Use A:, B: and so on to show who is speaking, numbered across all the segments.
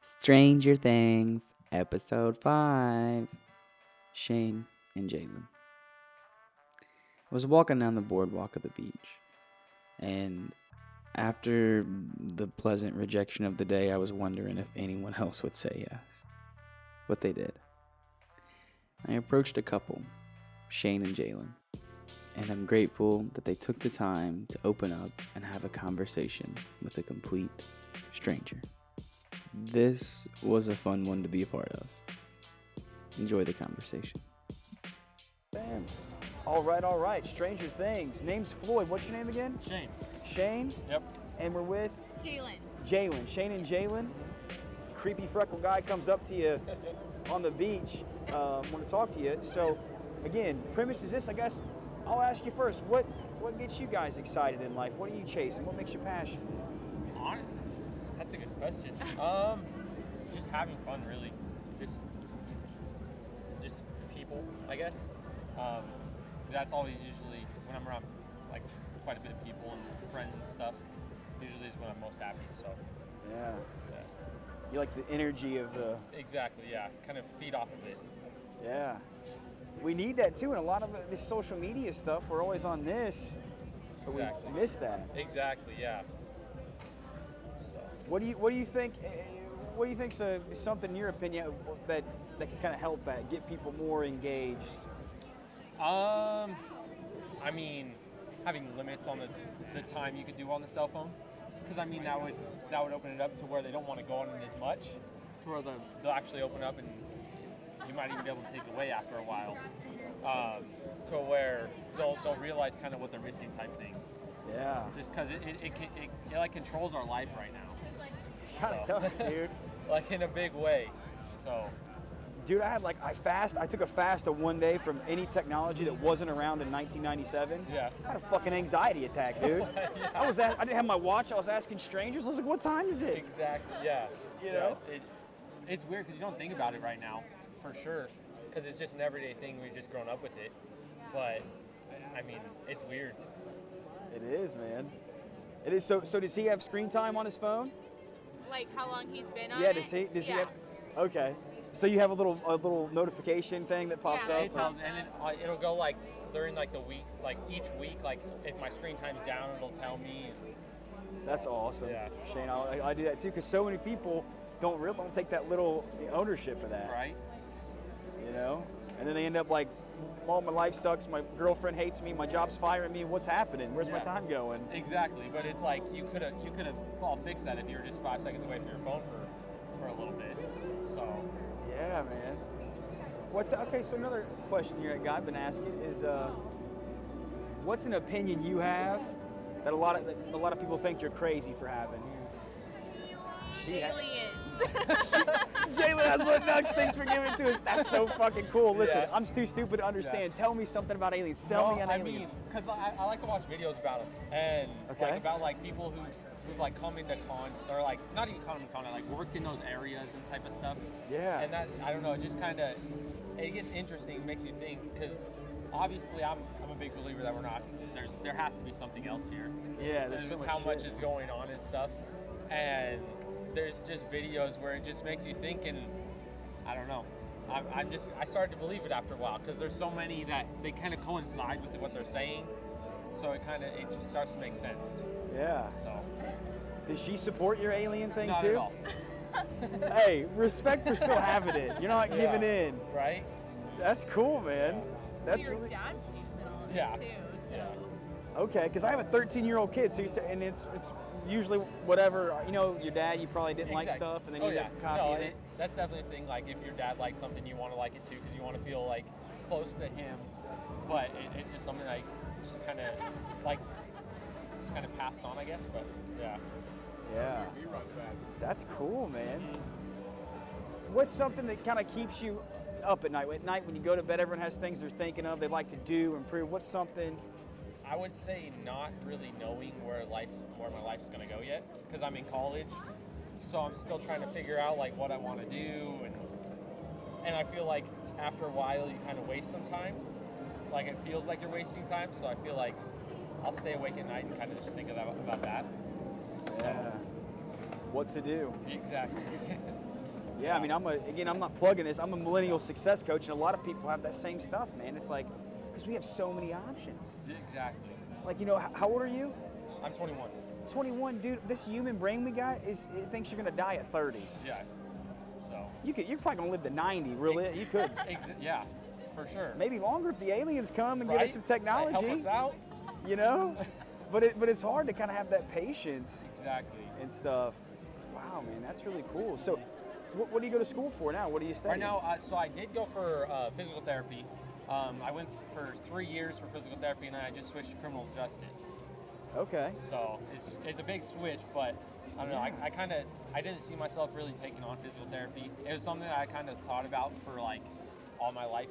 A: Stranger Things, Episode 5. Shane and Jalen. I was walking down the boardwalk of the beach, and after the pleasant rejection of the day, I was wondering if anyone else would say yes. But they did. I approached a couple, Shane and Jalen, and I'm grateful that they took the time to open up and have a conversation with a complete stranger. This was a fun one to be a part of. Enjoy the conversation.
B: Bam. All right, all right. Stranger Things. Name's Floyd. What's your name again?
C: Shane.
B: Shane.
C: Yep.
B: And we're with
D: Jalen.
B: Jalen. Shane and Jalen. Creepy freckle guy comes up to you on the beach. Um, Want to talk to you. So, again, premise is this. I guess I'll ask you first. What what gets you guys excited in life? What do you chase, and What makes you passionate?
C: Alright. That's a good question. Um, just having fun, really. Just, just people, I guess. Um, that's always usually when I'm around, like, quite a bit of people and friends and stuff. Usually is when I'm most happy. So,
B: Yeah.
C: yeah.
B: You like the energy of the.
C: exactly, yeah. Kind of feed off of it.
B: Yeah. We need that too, and a lot of this social media stuff. We're always on this, but
C: Exactly.
B: we miss that.
C: Exactly, yeah. So,
B: What do you What do you think? eh, What do you think's a, something, in your opinion, that that can kind of help that get people more engaged?
C: um, I mean, having limits on this, the time you could do on the cell phone, because I mean that would that would open it up to where they don't want to go on it as much, to where they'll, they'll actually open up and you might even be able to take it away after a while, um, to where they'll they'll realize kind of what they're missing type thing,
B: Yeah,
C: just because it it, it, can- it it like controls our life right now,
B: kind of
C: So.
B: does, dude.
C: like in a big way, so.
B: Dude, I had like I fast. I took a fast of one day from any technology that wasn't around in 1997.
C: Yeah.
B: I had a fucking anxiety attack, dude. I was at, I didn't have my watch. I was asking strangers. I was like, "What time is it?"
C: Exactly. Yeah.
B: You know?
C: Yeah, it, it's weird because you don't think about it right now, for sure, because it's just an everyday thing. We've just grown up with it. But I mean, it's weird.
B: It is, man. It is. So, so does he have screen time on his phone?
D: Like how long he's been on
B: yeah.
D: it?
B: Does he? Does
D: Uh, yeah.
B: he have? Okay. So you have a little a little notification thing that pops
D: Yeah,
B: up.
C: And, it tells,
D: pops
C: and it, uh, it'll go like during like the week, like each week, like if my screen time's down, it'll tell me.
B: That's awesome,
C: Yeah.
B: Shane. I, I do that too because so many people don't real don't take that little ownership of that,
C: Right.
B: you know. And then they end up like, "Well, my life sucks. My girlfriend hates me. My job's firing me. What's happening? Where's my
C: Yeah.
B: time going?"
C: Exactly. But it's like you could have you could have all fixed that if you were just five seconds away from your phone for for a little bit. So
B: Yeah, man. What's okay? So another question here, that I've been asking is, uh, what's an opinion you have that a lot of that a lot of people think you're crazy for having? She had-
D: Aliens.
B: Jalen has what Nux thanks for giving it to us. That's so fucking cool. Listen,
C: Yeah.
B: I'm too stupid to understand. Tell me something about aliens. Sell me
C: Well,
B: an
C: I
B: alien.
C: mean, because I, I like to watch videos about them and
B: Okay.
C: like about like people who who've like come into con or like not even come into con, like worked in those areas and type of stuff.
B: Yeah.
C: And that I don't know, it just kind of it gets interesting, makes you think because obviously I'm I'm a big believer that we're not there's there has to be something else here.
B: yeah, there's
C: And
B: so
C: with
B: much.
C: how much
B: shit.
C: is going on and stuff. And there's just videos where it just makes you think, and I don't know. I'm, I'm just I started to believe it after a while because there's so many that they kind of coincide with what they're saying, so it kind of it just starts to make sense.
B: Yeah.
C: So
B: Does she support your alien thing
C: not
B: too?
C: at all,
B: Hey, respect for still having it. You're not
C: Yeah.
B: giving in.
C: right?
B: That's cool, man. That's
D: Your
B: really
D: dad believes in all of
C: Yeah.
D: it too. So
C: Yeah.
B: okay. Because I have a 13 year old kid, so you t- and it's it's usually whatever you know. Your dad, you probably didn't like
C: Exact-
B: stuff, and then
C: oh,
B: you
C: yeah.
B: got copying
C: no,
B: it.
C: it- That's definitely a thing. Like if your dad likes something, you want to like it too because you want to feel like close to him. But it, it's just something like just kind of like just kind of passed on, I guess. But yeah.
B: Yeah. That's cool, man. What's something that kind of keeps you up at night? At night when you go to bed, everyone has things they're thinking of, they'd like to do, improve. What's something?
C: I would say not really knowing where life, where my life's gonna go yet, because I'm in college, so I'm still trying to figure out like what I want to do, and and I feel like after a while you kind of waste some time, like it feels like you're wasting time. So I feel like I'll stay awake at night and kind of just think about about that. So
B: uh, What to do?
C: exactly.
B: Yeah, I mean, I'm a, again, I'm not plugging this. I'm a millennial success coach, and a lot of people have that same stuff, man. It's like, because we have so many options.
C: Exactly.
B: Like, you know, h- how old are you?
C: I'm 21.
B: 21, dude. This human brain we got is it thinks you're gonna die at 30.
C: Yeah. So.
B: You could, you're probably gonna live to 90, really. You could,
C: Ex- yeah, for sure.
B: maybe longer if the aliens come and
C: Right?
B: give us some
C: Like,
B: technology.
C: help us out.
B: You know, but it, but it's hard to kind of have that patience
C: Exactly.
B: and stuff. Wow, man, that's really cool. So, what, what do you go to school for now? What do you study?
C: Right now, uh, so I did go for uh, physical therapy. Um, I went for three years for physical therapy, and then I just switched to criminal justice.
B: Okay.
C: So it's just, it's a big switch, but I don't know. I, I kind of I didn't see myself really taking on physical therapy. It was something that I kind of thought about for like all my life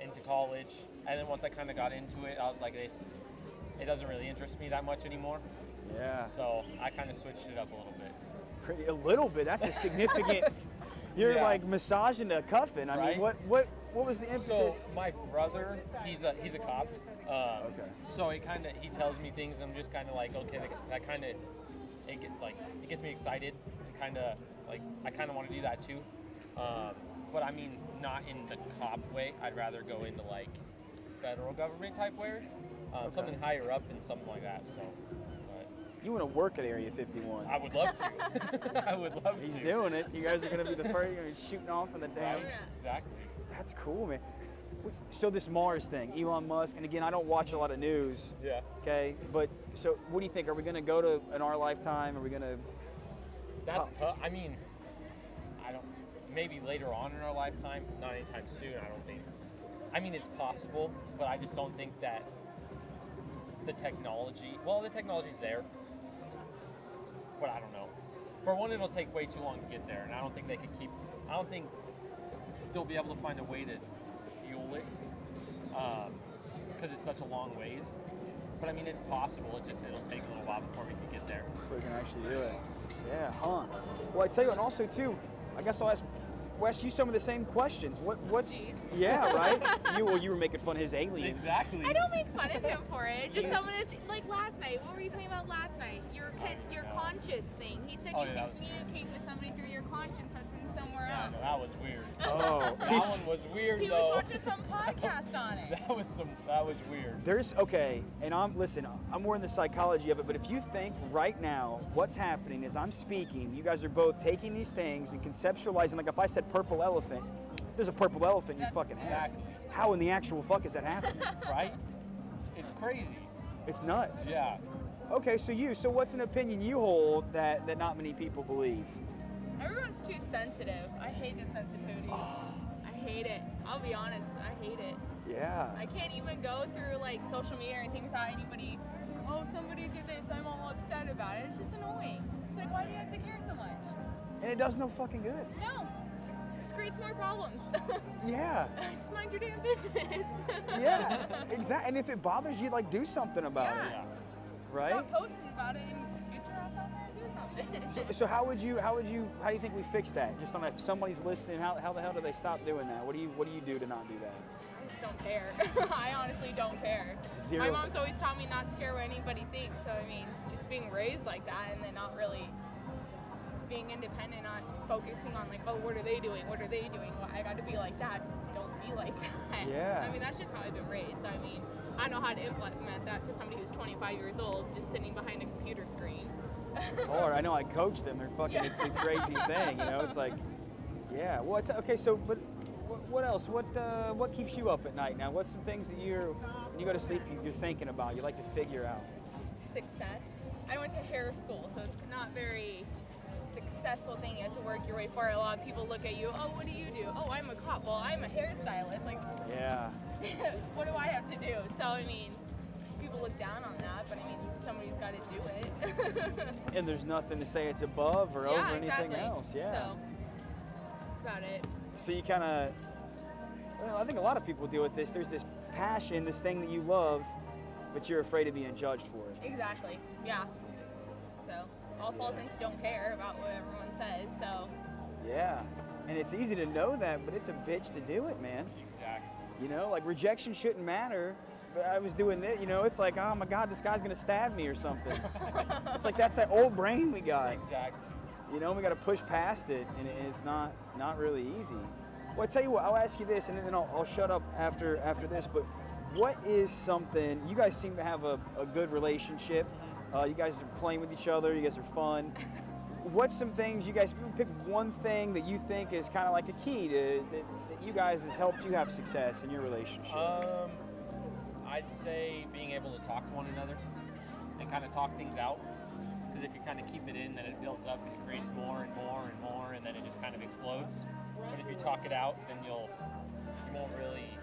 C: into college, and then once I kind of got into it, I was like, this it doesn't really interest me that much anymore.
B: Yeah.
C: So I kind of switched it up a little bit.
B: Pretty, a little bit. That's a significant. you're
C: Yeah.
B: like massaging a cuffin. I
C: Right?
B: mean, what what what was the impetus?
C: So my brother, he's a he's a cop. Um,
B: Okay.
C: So he kind of he tells me things. I'm just kind of like okay, that, that kind of it get, like it gets me excited. It kind of like I kind of want to do that too. Um, but I mean, not in the cop way. I'd rather go into like federal government type way, um, something higher up and something like that. So. but
B: you want to work at Area 51.
C: I would love to. I would love
B: He's
C: to.
B: doing it. You guys are gonna be the first. You're gonna be shooting off in the damn.
C: Right? Exactly.
B: That's cool, man. Wait, So this Mars thing, Elon Musk, and again, I don't watch a lot of news.
C: Yeah.
B: Okay, but so what do you think? Are we gonna go to in our lifetime? Are we gonna?
C: That's
B: Huh.
C: tough. I mean, I don't. Maybe later on in our lifetime, not anytime soon. I don't think. I mean, it's possible, but I just don't think that the technology. Well, the technology's there, but I don't know. For one, it'll take way too long to get there, and I don't think they could keep. I don't think they'll be able to find a way to fuel it because it's such a long ways. But I mean, it's possible. It just it'll take a little while before we can get there.
B: We can actually do it. Yeah, huh? Well, I tell you, and also too, I guess I'll ask Wes you some of the same questions. What what's?
D: Jeez.
B: Yeah, right. you well, you were making fun of his aliens.
C: Exactly.
D: I don't make fun of him for it. Just someone that th- like last night. What were you talking about last night? Your con- your conscious thing. He said
C: Oh,
D: you
C: yeah, that was
D: can
C: weird.
D: communicate with somebody through your conscience. That's in somewhere
C: Yeah,
D: else.
C: no, that was weird.
B: Oh,
C: That
B: he's-
C: one was weird
D: He
C: though.
D: was watching some podcast on it.
C: That was some. That was weird.
B: There's okay, and I'm listen. I'm more in the psychology of it, but if you think right now, what's happening is I'm speaking. You guys are both taking these things and conceptualizing. Like if I said purple elephant, there's a purple elephant. You
D: That's
B: fucking have.
C: Exactly.
B: How in the actual fuck is that happening?
C: Right? It's crazy.
B: it's nuts.
C: Yeah.
B: Okay, so you. So what's an opinion you hold that that not many people believe?
D: Everyone's too sensitive. I hate the sensitivity.
C: Ah.
D: I hate it. I'll be honest. I hate it.
B: Yeah.
D: I can't even go through like social media or anything without anybody. Oh, somebody did this. I'm all upset about it. It's just annoying. It's like, why do you have to care so much?
B: And it does no fucking good.
D: No, just creates more problems.
B: Yeah.
D: just mind your damn business.
B: Yeah. exactly. And if it bothers you, like do something about
D: Yeah.
B: it,
C: Yeah.
B: right?
D: Stop posting about it and get your ass out there and do something.
B: So, so how would you how would you how do you think we fix that? Just on if somebody's listening, how, how the hell do they stop doing that? What do you what do you do to not do that?
D: I just don't care. I honestly don't care.
B: Zero.
D: My mom's always taught me not to care what anybody thinks. So I mean, just being raised like that and then not really being independent, not focusing on like, oh, what are they doing? What are they doing? Well, I got to be like that. Don't be like that.
B: Yeah.
D: I mean, that's just how I've been raised. So I mean, I know how to implement that to somebody who's 25 years old, just sitting behind a computer screen.
B: Or I know I coach them. They're fucking.
D: Yeah.
B: It's a crazy thing, you know. It's like, yeah. Well, it's, okay. So, but what, what else? What uh, what keeps you up at night? Now, what's some things that you're when you go to sleep you, you're thinking about? You like to figure out.
D: success. I went to hair school, so it's not very successful thing. You have to work your way far. A lot of people look at you. Oh, what do you do? Oh, I'm a cop. Well, I'm a hairstylist. Like,
B: Yeah.
D: what do I have to do? So I mean, people look down on that, but I mean, somebody's got to do it.
B: And there's nothing to say it's above or
D: yeah,
B: over anything
D: exactly.
B: else. Yeah.
D: So that's about it.
B: So you kind of, well, I think a lot of people deal with this. There's this passion, this thing that you love, but you're afraid of being judged for it.
D: Exactly. Yeah. So all falls into don't care about what everyone says. So
B: Yeah. And it's easy to know that, but it's a bitch to do it, man.
C: Exactly.
B: You know, like rejection shouldn't matter. But I was doing this, you know, it's like, oh my God, this guy's gonna stab me or something. it's like that's that old brain we got.
C: Exactly.
B: You know, we got to push past it, and it- it's not not really easy. Well, I tell you what, I'll ask you this, and then I'll, I'll shut up after after this. But what is something you guys seem to have a, a good relationship? Uh, you guys are playing with each other. You guys are fun. What's some things you guys pick one thing that you think is kind of like a key to that, that you guys has helped you have success in your relationship?
C: Um, I'd say being able to talk to one another and kind of talk things out. Because if you kind of keep it in, then it builds up and it creates more and more and more, and then it just kind of explodes. But if you talk it out, then you'll you won't really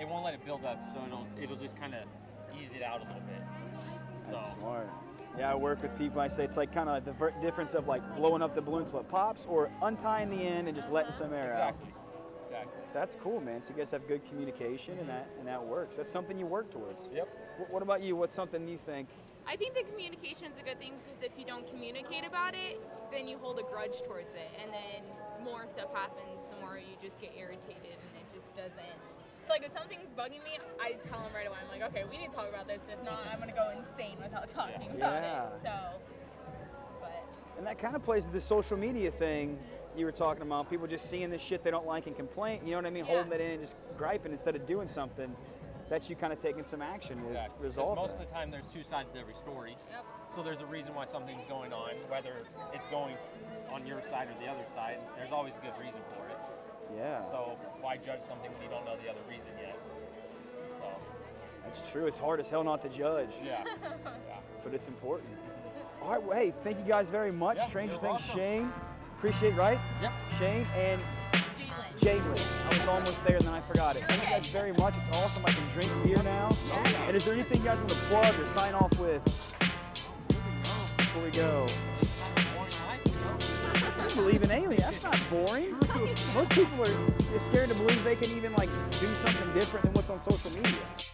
C: it won't let it build up, so it'll it'll just kind of ease it out a little bit. So
B: Smart. Yeah, I work with people. I say it's like kind of the ver- difference of like blowing up the balloon till it pops, or untying the end and just letting some air
C: exactly,
B: out.
C: exactly.
B: That's cool, man. So you guys have good communication, and that and that works. That's something you work towards.
C: Yep.
B: What, what about you? What's something you think?
D: I think that communication is a good thing because if you don't communicate about it, then you hold a grudge towards it, and then more stuff happens. The more you just get irritated, and it just doesn't. So like if something's bugging me, I tell them right away. I'm like, okay, we need to talk about this. If not, I'm gonna go insane without talking about
B: Yeah.
D: it. So, but
B: And that kind of plays to the social media thing you were talking about. People just seeing the shit they don't like and complain. You know what I mean?
D: Yeah.
B: Holding it in and just griping instead of doing something. That's you kind of taking some action to
C: Exactly. 'Cause
B: resolve
C: most
B: that.
C: of the time, there's two sides to every story.
D: yep,
C: So there's a reason why something's going on, whether it's going on your side or the other side. There's always a good reason for it.
B: yeah.
C: So why judge something when you don't know the other reason yet? So
B: That's true. It's hard as hell not to judge.
C: yeah,
B: but it's important. All right, well, hey, thank you guys very much.
C: Yeah,
B: Stranger
C: you're
B: Things,
C: welcome.
B: Shane. Appreciate, right?
C: Yep.
B: Shane and
D: Jalen.
B: Jalen. I was almost there and then I forgot it. Thank you guys very much. It's awesome. I can drink beer now. And is there anything you guys want to plug or sign off with before we go? I believe in aliens. That's not boring. Most people are scared to believe they can even like do something different than what's on social media.